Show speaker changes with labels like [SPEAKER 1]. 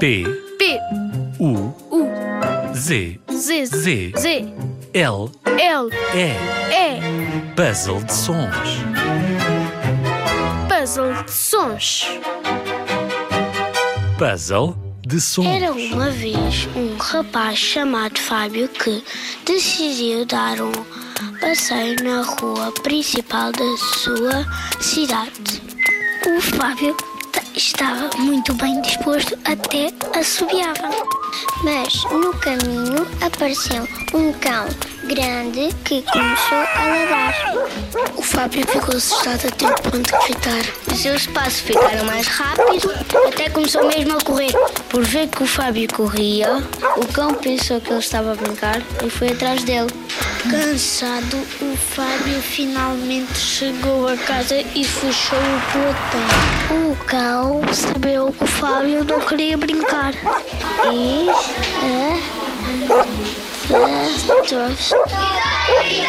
[SPEAKER 1] P,
[SPEAKER 2] P,
[SPEAKER 1] U,
[SPEAKER 2] U,
[SPEAKER 1] Z,
[SPEAKER 2] Z,
[SPEAKER 1] Z.
[SPEAKER 2] Z,
[SPEAKER 1] L,
[SPEAKER 2] L,
[SPEAKER 1] E.
[SPEAKER 2] E,
[SPEAKER 1] É. Puzzle de sons.
[SPEAKER 2] puzzle de sons.
[SPEAKER 1] Puzzle de sons.
[SPEAKER 3] Era uma vez um rapaz chamado Fábio que decidiu dar um passeio na rua principal da sua cidade. O Fábio t- estava muito bem disposto, até assobiava. Mas no caminho apareceu um cão grande que começou a ladrar. O Fábio ficou assustado até o ponto de gritar. Os seus passos ficaram mais rápidos, até começou mesmo a correr. Por ver que o Fábio corria, o cão pensou que ele estava a brincar e foi atrás dele. Cansado, o Fábio finalmente chegou a casa e fechou o pelotão. O cão percebeu que o Fábio não queria brincar. E. É, é, é,